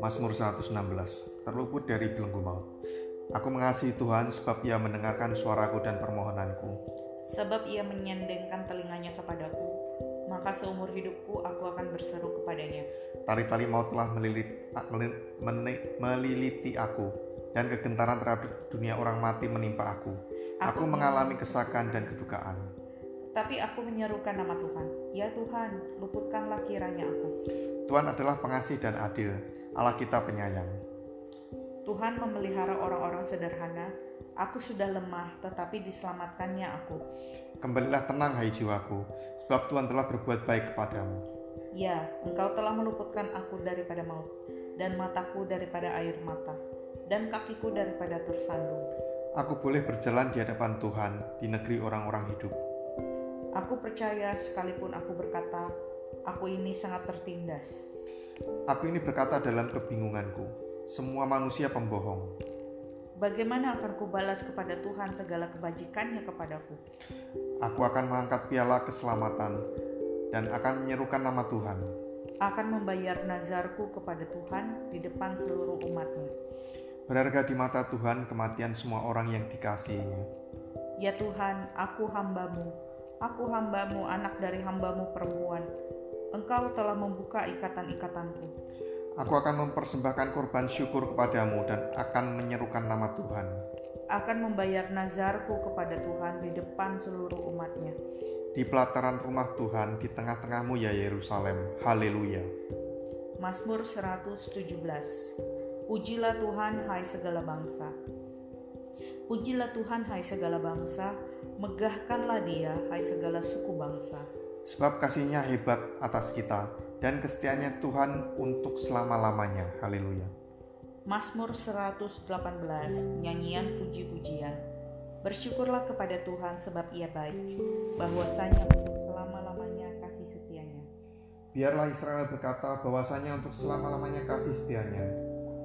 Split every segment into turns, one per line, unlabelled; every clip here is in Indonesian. Mazmur 116 Terluput dari belenggu maut Aku mengasihi Tuhan sebab ia mendengarkan suaraku dan permohonanku
Sebab ia menyendengkan telinganya kepadaku Maka seumur hidupku aku akan berseru kepadanya
Tali-tali maut telah melilit, a- meli- meni- meliliti aku Dan kegentaran terhadap dunia orang mati menimpa aku Aku mengalami kesakan dan kedukaan
Tapi aku menyerukan nama Tuhan Ya Tuhan, luputkanlah kiranya aku
Tuhan adalah pengasih dan adil Allah kita penyayang
Tuhan memelihara orang-orang sederhana Aku sudah lemah, tetapi diselamatkannya aku
Kembalilah tenang hai jiwaku Sebab Tuhan telah berbuat baik kepadamu
Ya, engkau telah meluputkan aku daripada maut Dan mataku daripada air mata Dan kakiku daripada tersandung
Aku boleh berjalan di hadapan Tuhan Di negeri orang-orang hidup
Aku percaya sekalipun aku berkata, aku ini sangat tertindas.
Aku ini berkata dalam kebingunganku, semua manusia pembohong.
Bagaimana akan kubalas kepada Tuhan segala kebajikannya kepadaku?
Aku akan mengangkat piala keselamatan dan akan menyerukan nama Tuhan.
Akan membayar nazarku kepada Tuhan di depan seluruh umatnya.
Berharga di mata Tuhan kematian semua orang yang dikasihinya.
Ya Tuhan, aku hambamu. Aku hambamu, anak dari hambamu perempuan. Engkau telah membuka ikatan-ikatanku.
Aku akan mempersembahkan korban syukur kepadamu dan akan menyerukan nama Tuhan.
Akan membayar nazarku kepada Tuhan di depan seluruh umatnya.
Di pelataran rumah Tuhan di tengah-tengahmu ya Yerusalem. Haleluya.
Mazmur 117 Pujilah Tuhan hai segala bangsa Pujilah Tuhan hai segala bangsa Megahkanlah dia hai segala suku bangsa
Sebab kasihnya hebat atas kita dan kesetiaannya Tuhan untuk selama-lamanya. Haleluya.
Mazmur 118 Nyanyian puji-pujian Bersyukurlah kepada Tuhan sebab ia baik Bahwasanya untuk selama-lamanya kasih setianya
Biarlah Israel berkata bahwasanya untuk selama-lamanya kasih setianya.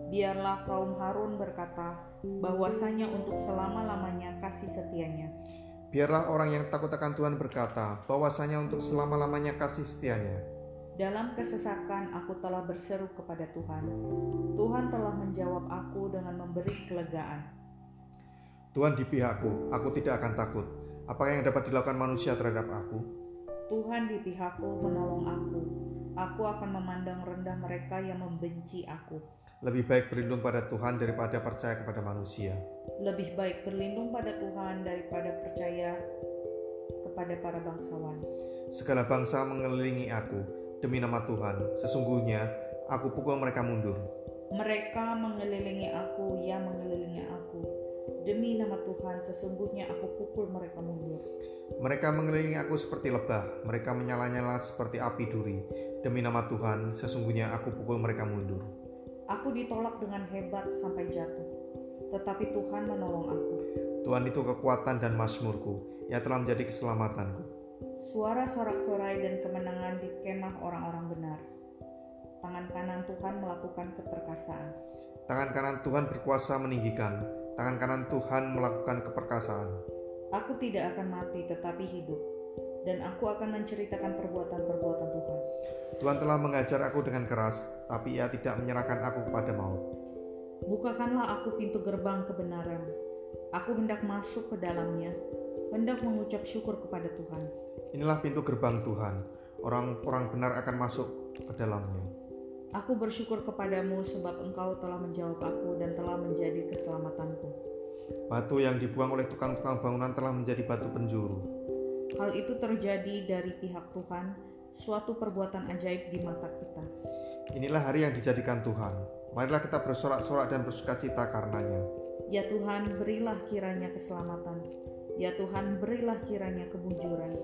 Biarlah kaum Harun berkata Bahwasanya untuk selama-lamanya kasih setianya
Biarlah orang yang takut akan Tuhan berkata bahwasanya untuk selama-lamanya kasih setianya.
Dalam kesesakan aku telah berseru kepada Tuhan. Tuhan telah menjawab aku dengan memberi kelegaan.
Tuhan di pihakku, aku tidak akan takut. Apa yang dapat dilakukan manusia terhadap aku?
Tuhan di pihakku menolong aku. Aku akan memandang rendah mereka yang membenci aku.
Lebih baik berlindung pada Tuhan daripada percaya kepada manusia.
Lebih baik berlindung pada Tuhan daripada percaya kepada para bangsawan.
Segala bangsa mengelilingi aku demi nama Tuhan. Sesungguhnya aku pukul mereka mundur.
Mereka mengelilingi aku, ya mengelilingi aku. Demi nama Tuhan, sesungguhnya aku pukul mereka mundur.
Mereka mengelilingi aku seperti lebah, mereka menyala-nyala seperti api duri. Demi nama Tuhan, sesungguhnya aku pukul mereka mundur.
Aku ditolak dengan hebat sampai jatuh, tetapi Tuhan menolong aku.
Tuhan itu kekuatan dan mazmurku, ia telah menjadi keselamatanku.
Suara sorak-sorai dan kemenangan di kemah orang-orang benar. Tangan kanan Tuhan melakukan keperkasaan.
Tangan kanan Tuhan berkuasa meninggikan, tangan kanan Tuhan melakukan keperkasaan.
Aku tidak akan mati tetapi hidup, dan aku akan menceritakan perbuatan-perbuatan Tuhan.
Tuhan telah mengajar aku dengan keras, tapi ia tidak menyerahkan aku kepada maut.
Bukakanlah aku pintu gerbang kebenaran. Aku hendak masuk ke dalamnya, hendak mengucap syukur kepada Tuhan.
Inilah pintu gerbang Tuhan, orang-orang benar akan masuk ke dalamnya.
Aku bersyukur kepadamu sebab engkau telah menjawab aku dan telah menjadi keselamatanku.
Batu yang dibuang oleh tukang-tukang bangunan telah menjadi batu penjuru.
Hal itu terjadi dari pihak Tuhan, suatu perbuatan ajaib di mata kita.
Inilah hari yang dijadikan Tuhan. Marilah kita bersorak-sorak dan bersukacita karenanya.
Ya Tuhan, berilah kiranya keselamatan. Ya Tuhan, berilah kiranya kemunjuran.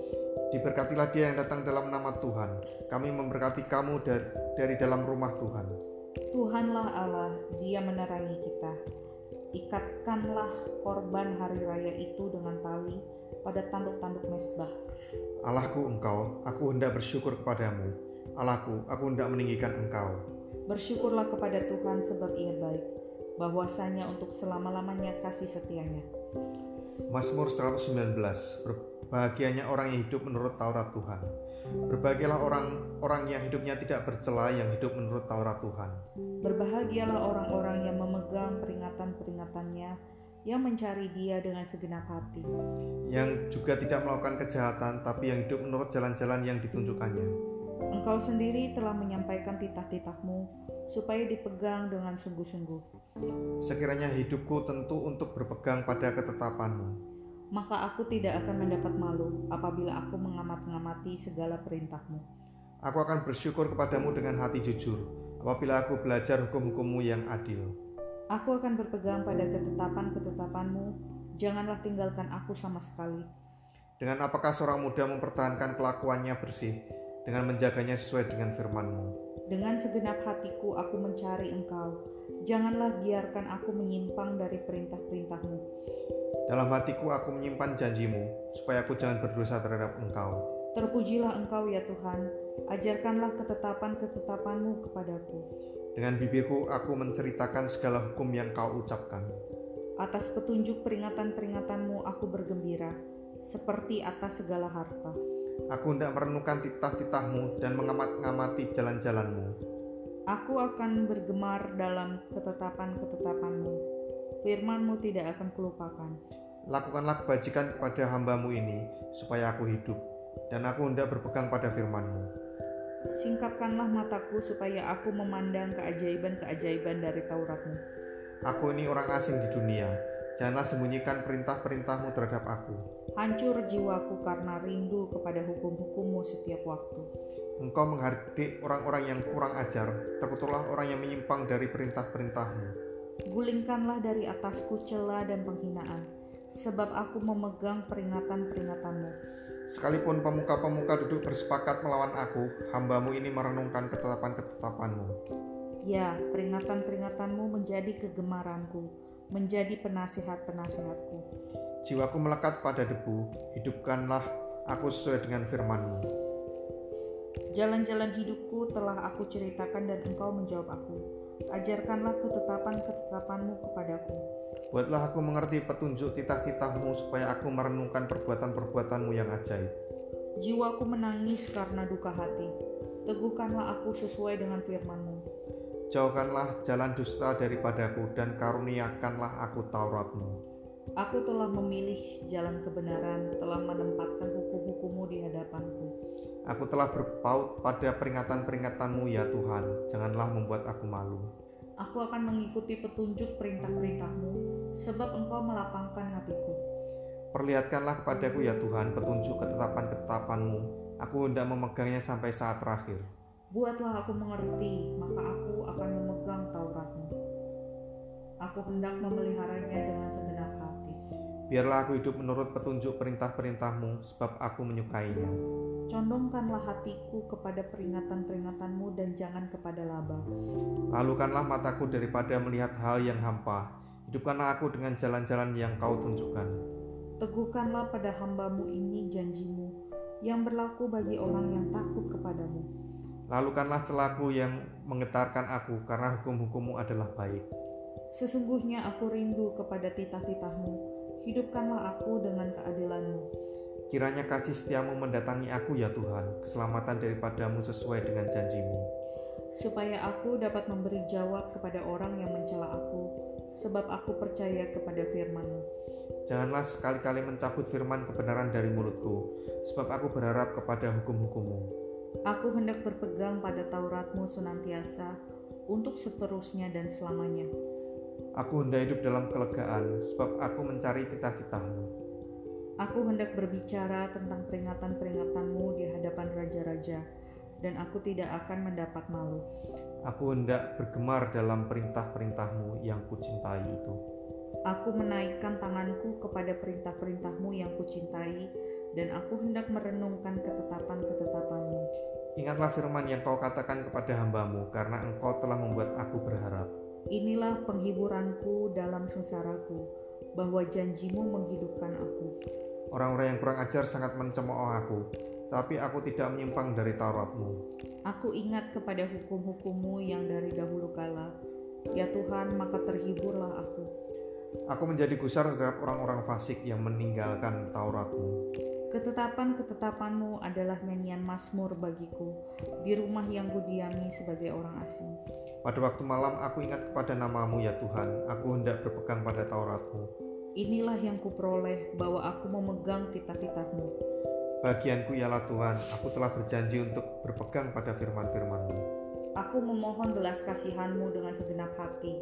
Diberkatilah dia yang datang dalam nama Tuhan. Kami memberkati kamu dari, dari dalam rumah Tuhan.
Tuhanlah Allah, Dia menerangi kita. Ikatkanlah korban hari raya itu dengan tali pada tanduk-tanduk mesbah.
Allahku engkau, aku hendak bersyukur kepadamu. Allahku, aku hendak meninggikan engkau.
Bersyukurlah kepada Tuhan sebab ia baik, bahwasanya untuk selama-lamanya kasih setianya.
Mazmur 119 Berbahagianya orang yang hidup menurut Taurat Tuhan Berbahagialah orang-orang yang hidupnya tidak bercela yang hidup menurut Taurat Tuhan
Berbahagialah orang-orang yang memegang peringatan-peringatannya yang mencari dia dengan segenap hati
Yang juga tidak melakukan kejahatan tapi yang hidup menurut jalan-jalan yang ditunjukkannya
Engkau sendiri telah menyampaikan titah-titahmu supaya dipegang dengan sungguh-sungguh
Sekiranya hidupku tentu untuk berpegang pada ketetapanmu
maka aku tidak akan mendapat malu apabila aku mengamat-ngamati segala perintahmu
Aku akan bersyukur kepadamu dengan hati jujur Apabila aku belajar hukum-hukummu yang adil
Aku akan berpegang pada ketetapan-ketetapanmu. Janganlah tinggalkan aku sama sekali.
Dengan apakah seorang muda mempertahankan kelakuannya bersih dengan menjaganya sesuai dengan firman-Mu?
Dengan segenap hatiku aku mencari engkau. Janganlah biarkan aku menyimpang dari perintah-perintahmu.
Dalam hatiku aku menyimpan janjimu, supaya aku jangan berdosa terhadap Engkau.
Terpujilah engkau ya Tuhan. Ajarkanlah ketetapan-ketetapanmu kepadaku.
Dengan bibirku aku menceritakan segala hukum yang Kau ucapkan.
Atas petunjuk peringatan-peringatanmu aku bergembira, seperti atas segala harta.
Aku hendak merenungkan titah-titahmu dan mengamat-ngamati jalan-jalanmu.
Aku akan bergemar dalam ketetapan-ketetapanmu. Firmanmu tidak akan kulupakan.
Lakukanlah kebajikan kepada hambamu ini, supaya aku hidup, dan aku hendak berpegang pada firman-Mu.
Singkapkanlah mataku supaya aku memandang keajaiban-keajaiban dari Tauratmu.
Aku ini orang asing di dunia, janganlah sembunyikan perintah-perintahmu terhadap aku.
Hancur jiwaku karena rindu kepada hukum-hukummu setiap waktu.
Engkau menghardik orang-orang yang kurang ajar, terkutuklah orang yang menyimpang dari perintah-perintahmu.
Gulingkanlah dari atasku cela dan penghinaan, sebab aku memegang peringatan-peringatanmu.
Sekalipun pemuka-pemuka duduk bersepakat melawan aku, hambamu ini merenungkan ketetapan-ketetapanmu.
Ya, peringatan-peringatanmu menjadi kegemaranku, menjadi penasihat-penasihatku.
Jiwaku melekat pada debu, hidupkanlah aku sesuai dengan firman-Mu.
Jalan-jalan hidupku telah aku ceritakan dan engkau menjawab aku. Ajarkanlah ketetapan-ketetapanmu kepadaku.
Buatlah aku mengerti petunjuk titah-titahmu supaya aku merenungkan perbuatan-perbuatanmu yang ajaib.
Jiwaku menangis karena duka hati. Teguhkanlah aku sesuai dengan firmanmu.
Jauhkanlah jalan dusta daripadaku dan karuniakanlah aku Tauratmu.
Aku telah memilih jalan kebenaran, telah menempatkan hukum-hukummu di hadapanku.
Aku telah berpaut pada peringatan-peringatanmu ya Tuhan, janganlah membuat aku malu.
Aku akan mengikuti petunjuk perintah-perintahmu, sebab engkau melapangkan hatiku.
Perlihatkanlah kepadaku ya Tuhan petunjuk ketetapan-ketetapanmu. Aku hendak memegangnya sampai saat terakhir.
Buatlah aku mengerti, maka aku akan memegang Tauratmu. Aku hendak memeliharanya dengan segenap hati.
Biarlah aku hidup menurut petunjuk perintah-perintahmu, sebab aku menyukainya.
Condongkanlah hatiku kepada peringatan-peringatanmu dan jangan kepada laba.
Lalukanlah mataku daripada melihat hal yang hampa. Hidupkanlah aku dengan jalan-jalan yang kau tunjukkan.
Teguhkanlah pada hambamu ini janjimu, yang berlaku bagi orang yang takut kepadamu.
Lalukanlah celaku yang menggetarkan aku, karena hukum-hukummu adalah baik.
Sesungguhnya aku rindu kepada titah-titahmu. Hidupkanlah aku dengan keadilanmu.
Kiranya kasih setiamu mendatangi aku ya Tuhan, keselamatan daripadamu sesuai dengan janjimu.
supaya aku dapat memberi jawab kepada orang yang mencela aku, sebab aku percaya kepada firman-Mu.
Janganlah sekali-kali mencabut firman kebenaran dari mulutku, sebab aku berharap kepada hukum-hukummu.
Aku hendak berpegang pada Taurat-Mu senantiasa untuk seterusnya dan selamanya.
Aku hendak hidup dalam kelegaan, sebab aku mencari titah-titahmu.
Aku hendak berbicara tentang peringatan-peringatanmu di hadapan raja-raja, dan aku tidak akan mendapat malu.
Aku hendak bergemar dalam perintah-perintahmu yang kucintai itu.
Aku menaikkan tanganku kepada perintah-perintahmu yang kucintai, dan aku hendak merenungkan ketetapan-ketetapanmu.
Ingatlah firman yang kau katakan kepada hambamu, karena engkau telah membuat aku berharap.
Inilah penghiburanku dalam sengsaraku, bahwa janjimu menghidupkan aku.
Orang-orang yang kurang ajar sangat mencemooh aku, tapi aku tidak menyimpang dari Tauratmu.
Aku ingat kepada hukum-hukummu yang dari dahulu kala. Ya Tuhan, maka terhiburlah aku.
Aku menjadi gusar terhadap orang-orang fasik yang meninggalkan Tauratmu.
Ketetapan-ketetapanmu adalah nyanyian Mazmur bagiku di rumah yang kudiami sebagai orang asing.
Pada waktu malam aku ingat kepada namamu ya Tuhan, aku hendak berpegang pada Tauratmu.
Inilah yang kuperoleh bahwa aku memegang titah-titahmu.
Bagianku ialah Tuhan, aku telah berjanji untuk berpegang pada firman-firmanmu.
Aku memohon belas kasihanmu dengan segenap hati.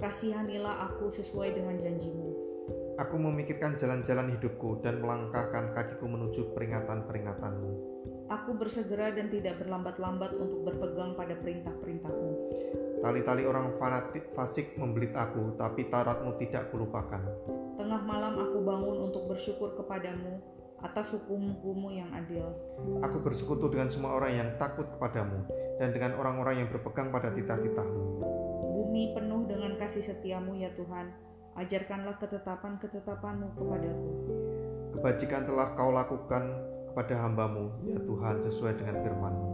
Kasihanilah aku sesuai dengan janjimu.
Aku memikirkan jalan-jalan hidupku dan melangkahkan kakiku menuju peringatan-peringatanmu.
Aku bersegera dan tidak berlambat-lambat untuk berpegang pada perintah-perintahmu.
Tali-tali orang fanatik fasik membelit aku, tapi Tauratmu tidak kulupakan.
Tengah malam aku bangun untuk bersyukur kepadamu atas hukum-hukummu yang adil.
Aku bersekutu dengan semua orang yang takut kepadamu dan dengan orang-orang yang berpegang pada titah-titahmu.
Bumi penuh dengan kasih setiamu ya Tuhan, ajarkanlah ketetapan-ketetapanmu kepadaku.
Kebajikan telah kau lakukan kepada hambamu, ya Tuhan, sesuai dengan firmanmu.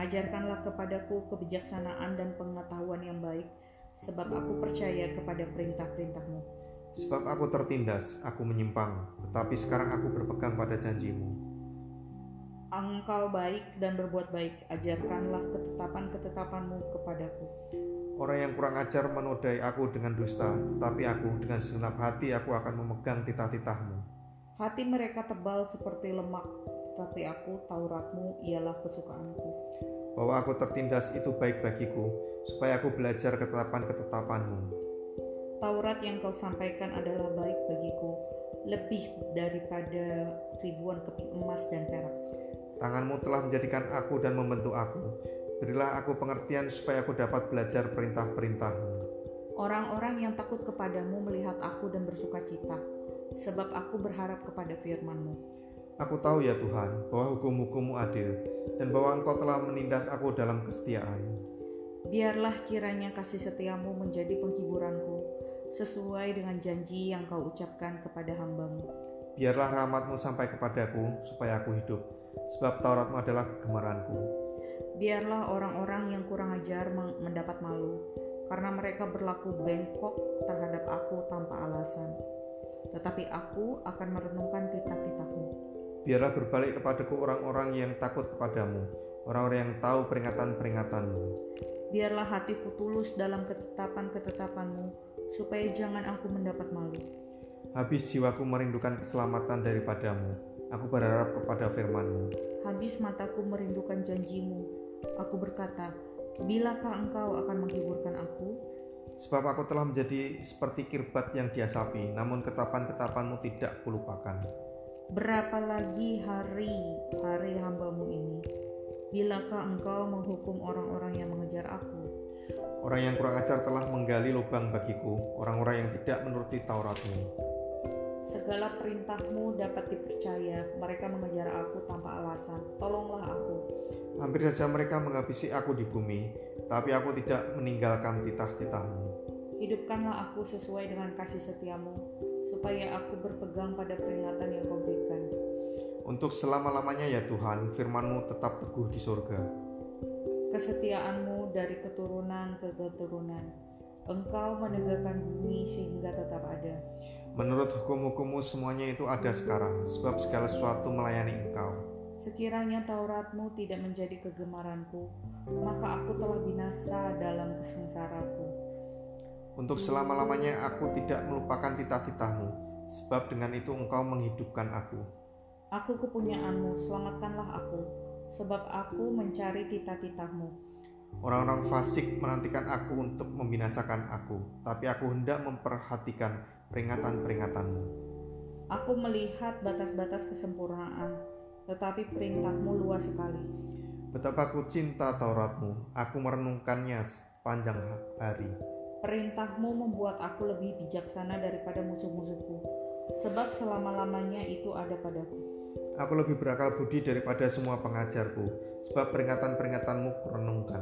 Ajarkanlah kepadaku kebijaksanaan dan pengetahuan yang baik, sebab aku percaya kepada perintah-perintahmu.
Sebab aku tertindas, aku menyimpang, tetapi sekarang aku berpegang pada janjimu.
Engkau baik dan berbuat baik, ajarkanlah ketetapan-ketetapanmu kepadaku.
Orang yang kurang ajar menodai aku dengan dusta, tetapi aku dengan segenap hati aku akan memegang titah-titahmu.
Hati mereka tebal seperti lemak, tetapi aku Tauratmu ialah kesukaanku.
Bahwa aku tertindas itu baik bagiku, supaya aku belajar ketetapan-ketetapanmu.
Taurat yang kau sampaikan adalah baik bagiku, lebih daripada ribuan keping emas dan perak.
Tanganmu telah menjadikan aku dan membentuk aku. Berilah aku pengertian supaya aku dapat belajar perintah-perintahmu.
Orang-orang yang takut kepadamu melihat aku dan bersukacita, sebab aku berharap kepada firman-Mu.
Aku tahu ya Tuhan, bahwa hukum-hukummu adil, dan bahwa engkau telah menindas aku dalam kesetiaan.
Biarlah kiranya kasih setiamu menjadi penghiburanku, sesuai dengan janji yang kau ucapkan kepada hambamu.
Biarlah rahmatmu sampai kepadaku, supaya aku hidup, sebab Tauratmu adalah kegemaranku.
Biarlah orang-orang yang kurang ajar meng- mendapat malu, karena mereka berlaku bengkok terhadap aku tanpa alasan. Tetapi aku akan merenungkan titah-titahmu.
Biarlah berbalik kepadaku orang-orang yang takut kepadamu, orang-orang yang tahu peringatan-peringatanmu.
Biarlah hatiku tulus dalam ketetapan-ketetapanmu, supaya jangan aku mendapat malu.
Habis jiwaku merindukan keselamatan daripadamu, aku berharap kepada firmanmu.
Habis mataku merindukan janjimu, aku berkata, bilakah engkau akan menghiburkan aku?
Sebab aku telah menjadi seperti kirbat yang diasapi, namun ketapan-ketapanmu tidak kulupakan.
Berapa lagi hari-hari hambamu ini? Bilakah engkau menghukum orang-orang yang mengejar aku?
Orang yang kurang ajar telah menggali lubang bagiku, orang-orang yang tidak menuruti Tauratmu.
Segala perintahmu dapat dipercaya, mereka mengejar aku tanpa alasan. Tolonglah aku.
Hampir saja mereka menghabisi aku di bumi, tapi aku tidak meninggalkan titah-titahmu.
Hidupkanlah aku sesuai dengan kasih setiamu, supaya aku berpegang pada peringatan yang kau berikan.
Untuk selama-lamanya ya Tuhan, firmanmu tetap teguh di surga.
Kesetiaanmu dari keturunan ke keturunan. Engkau menegakkan bumi sehingga tetap ada.
Menurut hukum-hukummu semuanya itu ada sekarang, sebab segala sesuatu melayani engkau.
Sekiranya Tauratmu tidak menjadi kegemaranku, maka aku telah binasa dalam kesengsaraku.
Untuk selama-lamanya aku tidak melupakan titah-titahmu, sebab dengan itu engkau menghidupkan aku.
Aku kepunyaanmu, selamatkanlah aku, sebab aku mencari titah-titahmu.
Orang-orang fasik menantikan aku untuk membinasakan aku, tapi aku hendak memperhatikan peringatan-peringatanmu.
Aku melihat batas-batas kesempurnaan, tetapi perintahmu luas sekali.
Betapa ku cinta Tauratmu, aku merenungkannya sepanjang hari.
Perintahmu membuat aku lebih bijaksana daripada musuh-musuhku, sebab selama-lamanya itu ada padaku.
Aku lebih berakal budi daripada semua pengajarku, sebab peringatan-peringatanmu kurenungkan.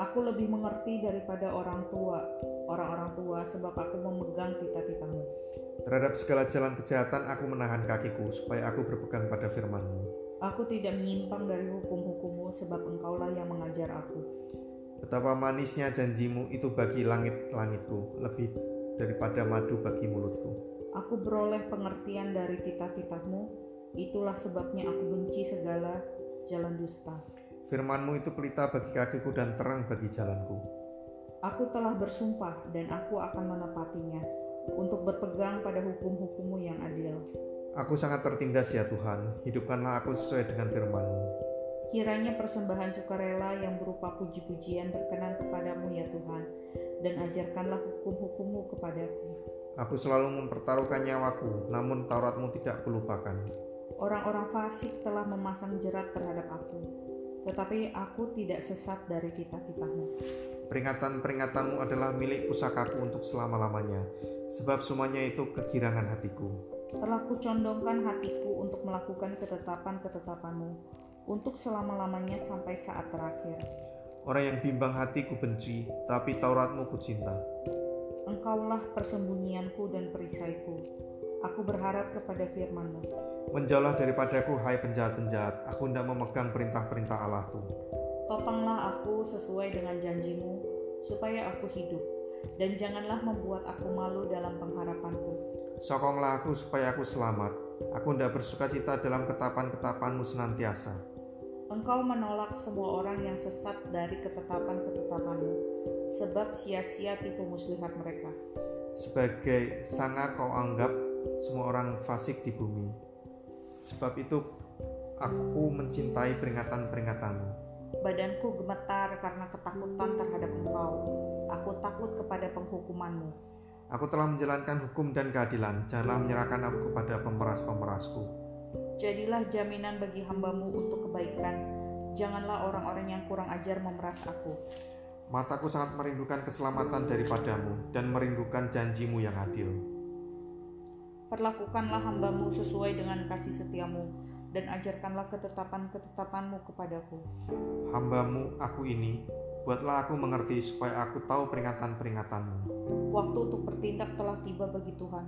Aku lebih mengerti daripada orang tua, orang-orang tua sebab aku memegang titah-titahmu.
Terhadap segala jalan kejahatan aku menahan kakiku, supaya aku berpegang pada firmanmu.
Aku tidak menyimpang dari hukum-hukummu sebab engkaulah yang mengajar aku.
Betapa manisnya janjimu itu bagi langit-langitku, lebih daripada madu bagi mulutku.
Aku beroleh pengertian dari titah-titahmu, itulah sebabnya aku benci segala jalan dusta.
Firmanmu itu pelita bagi kakiku dan terang bagi jalanku.
Aku telah bersumpah dan aku akan menepatinya untuk berpegang pada hukum-hukummu yang adil.
Aku sangat tertindas ya Tuhan, hidupkanlah aku sesuai dengan firmanmu.
Kiranya persembahan sukarela yang berupa puji-pujian berkenan kepadamu ya Tuhan, dan ajarkanlah hukum-hukummu kepadaku.
Aku selalu mempertaruhkan nyawaku, namun Tauratmu tidak kulupakan.
Orang-orang fasik telah memasang jerat terhadap aku, tetapi aku tidak sesat dari titah-titahmu.
Peringatan-peringatanmu adalah milik pusakaku untuk selama-lamanya, sebab semuanya itu kegirangan hatiku.
Telah kucondongkan hatiku untuk melakukan ketetapan-ketetapanmu, untuk selama-lamanya sampai saat terakhir.
Orang yang bimbang hati ku benci, tapi Tauratmu ku cinta.
Engkaulah persembunyianku dan perisaiku. Aku berharap kepada firman-Mu.
Menjauhlah daripadaku, hai penjahat-penjahat. Aku hendak memegang perintah-perintah Allahku.
Topanglah aku sesuai dengan janjimu, supaya aku hidup, dan janganlah membuat aku malu dalam pengharapanku.
Sokonglah aku supaya aku selamat. Aku hendak bersuka cita dalam ketapan-ketapanmu senantiasa.
Engkau menolak semua orang yang sesat dari ketetapan-ketetapanmu, sebab sia-sia tipu muslihat mereka.
Sebagai sanga kau anggap semua orang fasik di bumi. Sebab itu aku mencintai peringatan-peringatanmu.
Badanku gemetar karena ketakutan terhadap engkau. Aku takut kepada penghukumanmu.
Aku telah menjalankan hukum dan keadilan. Janganlah menyerahkan aku kepada pemeras-pemerasku.
Jadilah jaminan bagi hambamu untuk kebaikan. Janganlah orang-orang yang kurang ajar memeras aku.
Mataku sangat merindukan keselamatan daripadamu dan merindukan janjimu yang adil.
Perlakukanlah hambamu sesuai dengan kasih setiamu, dan ajarkanlah ketetapan-ketetapanmu kepadaku.
Hambamu aku ini, buatlah aku mengerti supaya aku tahu peringatan-peringatanmu.
Waktu untuk bertindak telah tiba bagi Tuhan.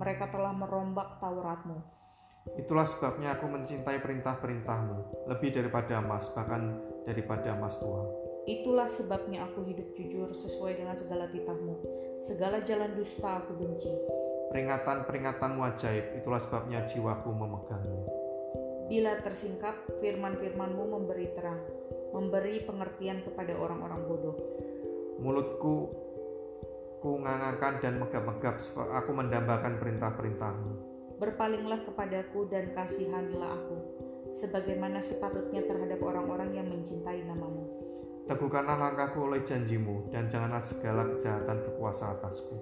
Mereka telah merombak Tauratmu.
Itulah sebabnya aku mencintai perintah-perintahmu, lebih daripada emas, bahkan daripada emas tua.
Itulah sebabnya aku hidup jujur sesuai dengan segala titahmu. Segala jalan dusta aku benci.
Peringatan-peringatanmu ajaib, itulah sebabnya jiwaku memegangmu.
Bila tersingkap, firman-firmanmu memberi terang, memberi pengertian kepada orang-orang bodoh.
Mulutku ku ngangakan dan megap-megap sebab aku mendambakan perintah-perintahmu.
Berpalinglah kepadaku dan kasihanilah aku, sebagaimana sepatutnya terhadap orang-orang yang mencintai namamu.
Teguhkanlah langkahku oleh janjimu dan janganlah segala kejahatan berkuasa atasku.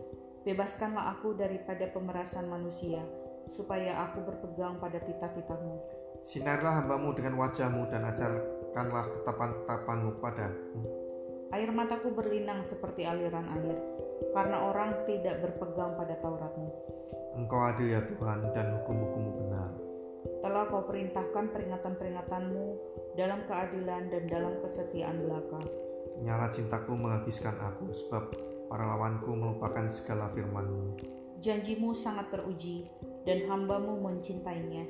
Bebaskanlah aku daripada pemerasan manusia, supaya aku berpegang pada titah-titahmu.
Sinarlah hambamu dengan wajahmu dan ajarkanlah ketapan-ketapanmu padaku.
Air mataku berlinang seperti aliran air, karena orang tidak berpegang pada Tauratmu.
Engkau adil ya Tuhan dan hukum-hukummu benar.
Telah kau perintahkan peringatan-peringatanmu dalam keadilan dan dalam kesetiaan belaka.
Nyala cintaku menghabiskan aku sebab para lawanku melupakan segala firmanmu.
Janjimu sangat teruji, dan hambamu mencintainya.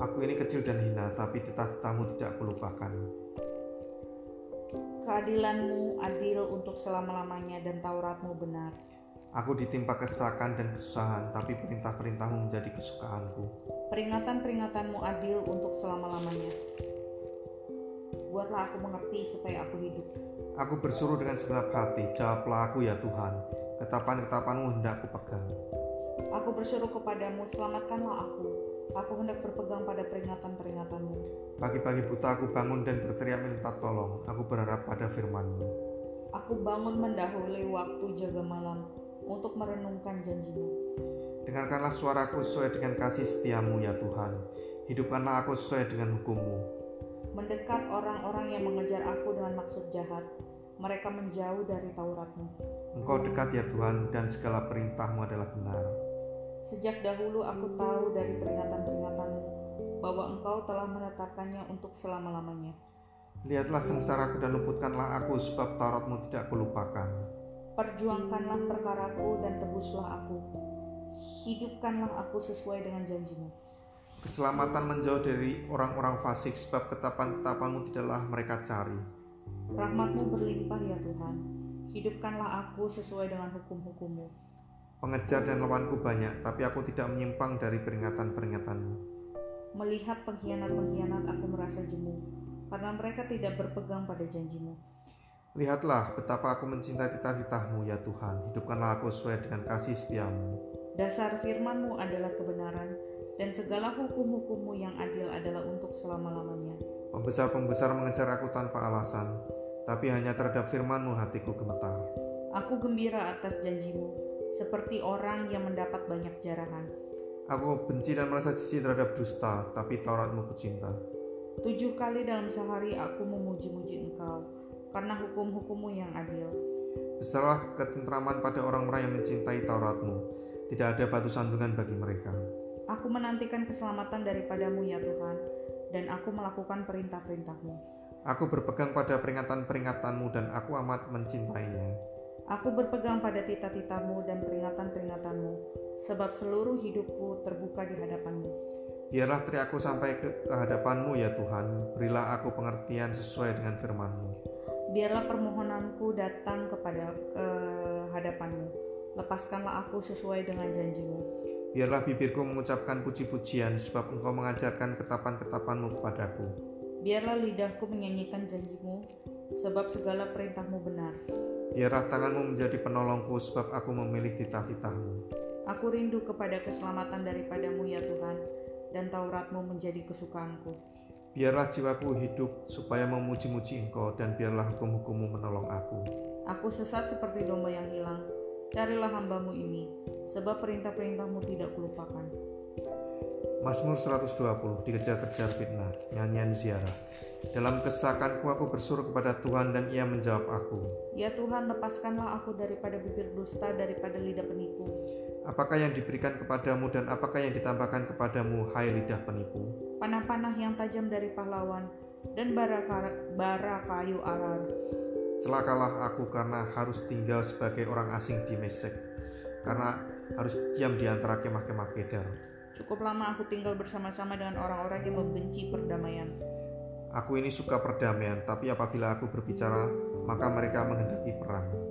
Aku ini kecil dan hina, tapi titah-titahmu tidak kulupakan.
Keadilanmu adil untuk selama-lamanya dan Tauratmu benar.
Aku ditimpa kesesakan dan kesusahan, tapi perintah-perintahmu menjadi kesukaanku.
Peringatan-peringatanmu adil untuk selama-lamanya. Buatlah aku mengerti supaya aku hidup.
Aku bersuruh dengan segenap hati, jawablah aku ya Tuhan. Ketapan-ketapanmu hendak ku pegang.
Aku berseru kepadamu, selamatkanlah aku. Aku hendak berpegang pada peringatan-peringatanmu.
Pagi-pagi buta aku bangun dan berteriak minta tolong. Aku berharap pada firmanmu.
Aku bangun mendahului waktu jaga malam untuk merenungkan janjimu.
Dengarkanlah suaraku sesuai dengan kasih setiamu ya Tuhan. Hidupkanlah aku sesuai dengan hukummu.
Mendekat orang-orang yang mengejar aku dengan maksud jahat, mereka menjauh dari Tauratmu.
Engkau dekat ya Tuhan dan segala perintahmu adalah benar.
Sejak dahulu aku tahu dari peringatan-peringatanmu bahwa engkau telah menetapkannya untuk selama-lamanya.
Lihatlah sengsaraku dan luputkanlah aku sebab Tauratmu tidak kulupakan.
Perjuangkanlah perkaraku dan tebuslah aku. Hidupkanlah aku sesuai dengan janjimu.
Keselamatan menjauh dari orang-orang fasik sebab ketapan-ketapanmu tidaklah mereka cari.
Rahmatmu berlimpah ya Tuhan. Hidupkanlah aku sesuai dengan hukum-hukummu.
Pengejar dan lawanku banyak, tapi aku tidak menyimpang dari peringatan-peringatanmu.
Melihat pengkhianat-pengkhianat aku merasa jemu, karena mereka tidak berpegang pada janjimu.
Lihatlah betapa aku mencintai titah-titahmu ya Tuhan. Hidupkanlah aku sesuai dengan kasih setiamu.
Dasar firmanmu adalah kebenaran, dan segala hukum-hukummu yang adil adalah untuk selama-lamanya.
Pembesar-pembesar mengejar aku tanpa alasan, tapi hanya terhadap firmanmu hatiku gemetar.
Aku gembira atas janjimu, seperti orang yang mendapat banyak jarahan.
Aku benci dan merasa jijik terhadap dusta, tapi Tauratmu kucinta.
Tujuh kali dalam sehari aku memuji-muji engkau, karena hukum-hukummu yang adil.
Besarlah ketentraman pada orang-orang yang mencintai Tauratmu. Tidak ada batu sandungan bagi mereka.
Aku menantikan keselamatan daripadamu ya Tuhan, dan aku melakukan perintah-perintahmu.
Aku berpegang pada peringatan-peringatanmu dan aku amat mencintainya.
Aku berpegang pada tita-titamu dan peringatan-peringatanmu, sebab seluruh hidupku terbuka di hadapanmu.
Biarlah teriakku sampai ke ke hadapanmu ya Tuhan, berilah aku pengertian sesuai dengan firmanmu.
Biarlah permohonanku datang kepada ke hadapanmu. Lepaskanlah aku sesuai dengan janjimu.
Biarlah bibirku mengucapkan puji-pujian sebab engkau mengajarkan ketapan-ketapanmu kepadaku.
Biarlah lidahku menyanyikan janjimu, sebab segala perintahmu benar.
Biarlah tanganmu menjadi penolongku sebab aku memilih titah-titahmu.
Aku rindu kepada keselamatan daripadamu ya Tuhan, dan Tauratmu menjadi kesukaanku.
Biarlah jiwaku hidup supaya memuji-muji engkau dan biarlah hukum-hukummu menolong aku.
Aku sesat seperti domba yang hilang. Carilah hambamu ini, sebab perintah-perintahmu tidak kulupakan.
Mazmur 120 dikejar-kejar fitnah, nyanyian ziarah. Dalam kesakanku aku bersuruh kepada Tuhan dan ia menjawab aku.
Ya Tuhan, lepaskanlah aku daripada bibir dusta, daripada lidah penipu.
Apakah yang diberikan kepadamu dan apakah yang ditambahkan kepadamu, hai lidah penipu?
Panah-panah yang tajam dari pahlawan, dan bara, kar- bara kayu arar.
Celakalah aku karena harus tinggal sebagai orang asing di Mesek, karena harus diam di antara kemah-kemah Kedar.
Cukup lama aku tinggal bersama-sama dengan orang-orang yang membenci perdamaian.
Aku ini suka perdamaian, tapi apabila aku berbicara, maka mereka menghendaki perang.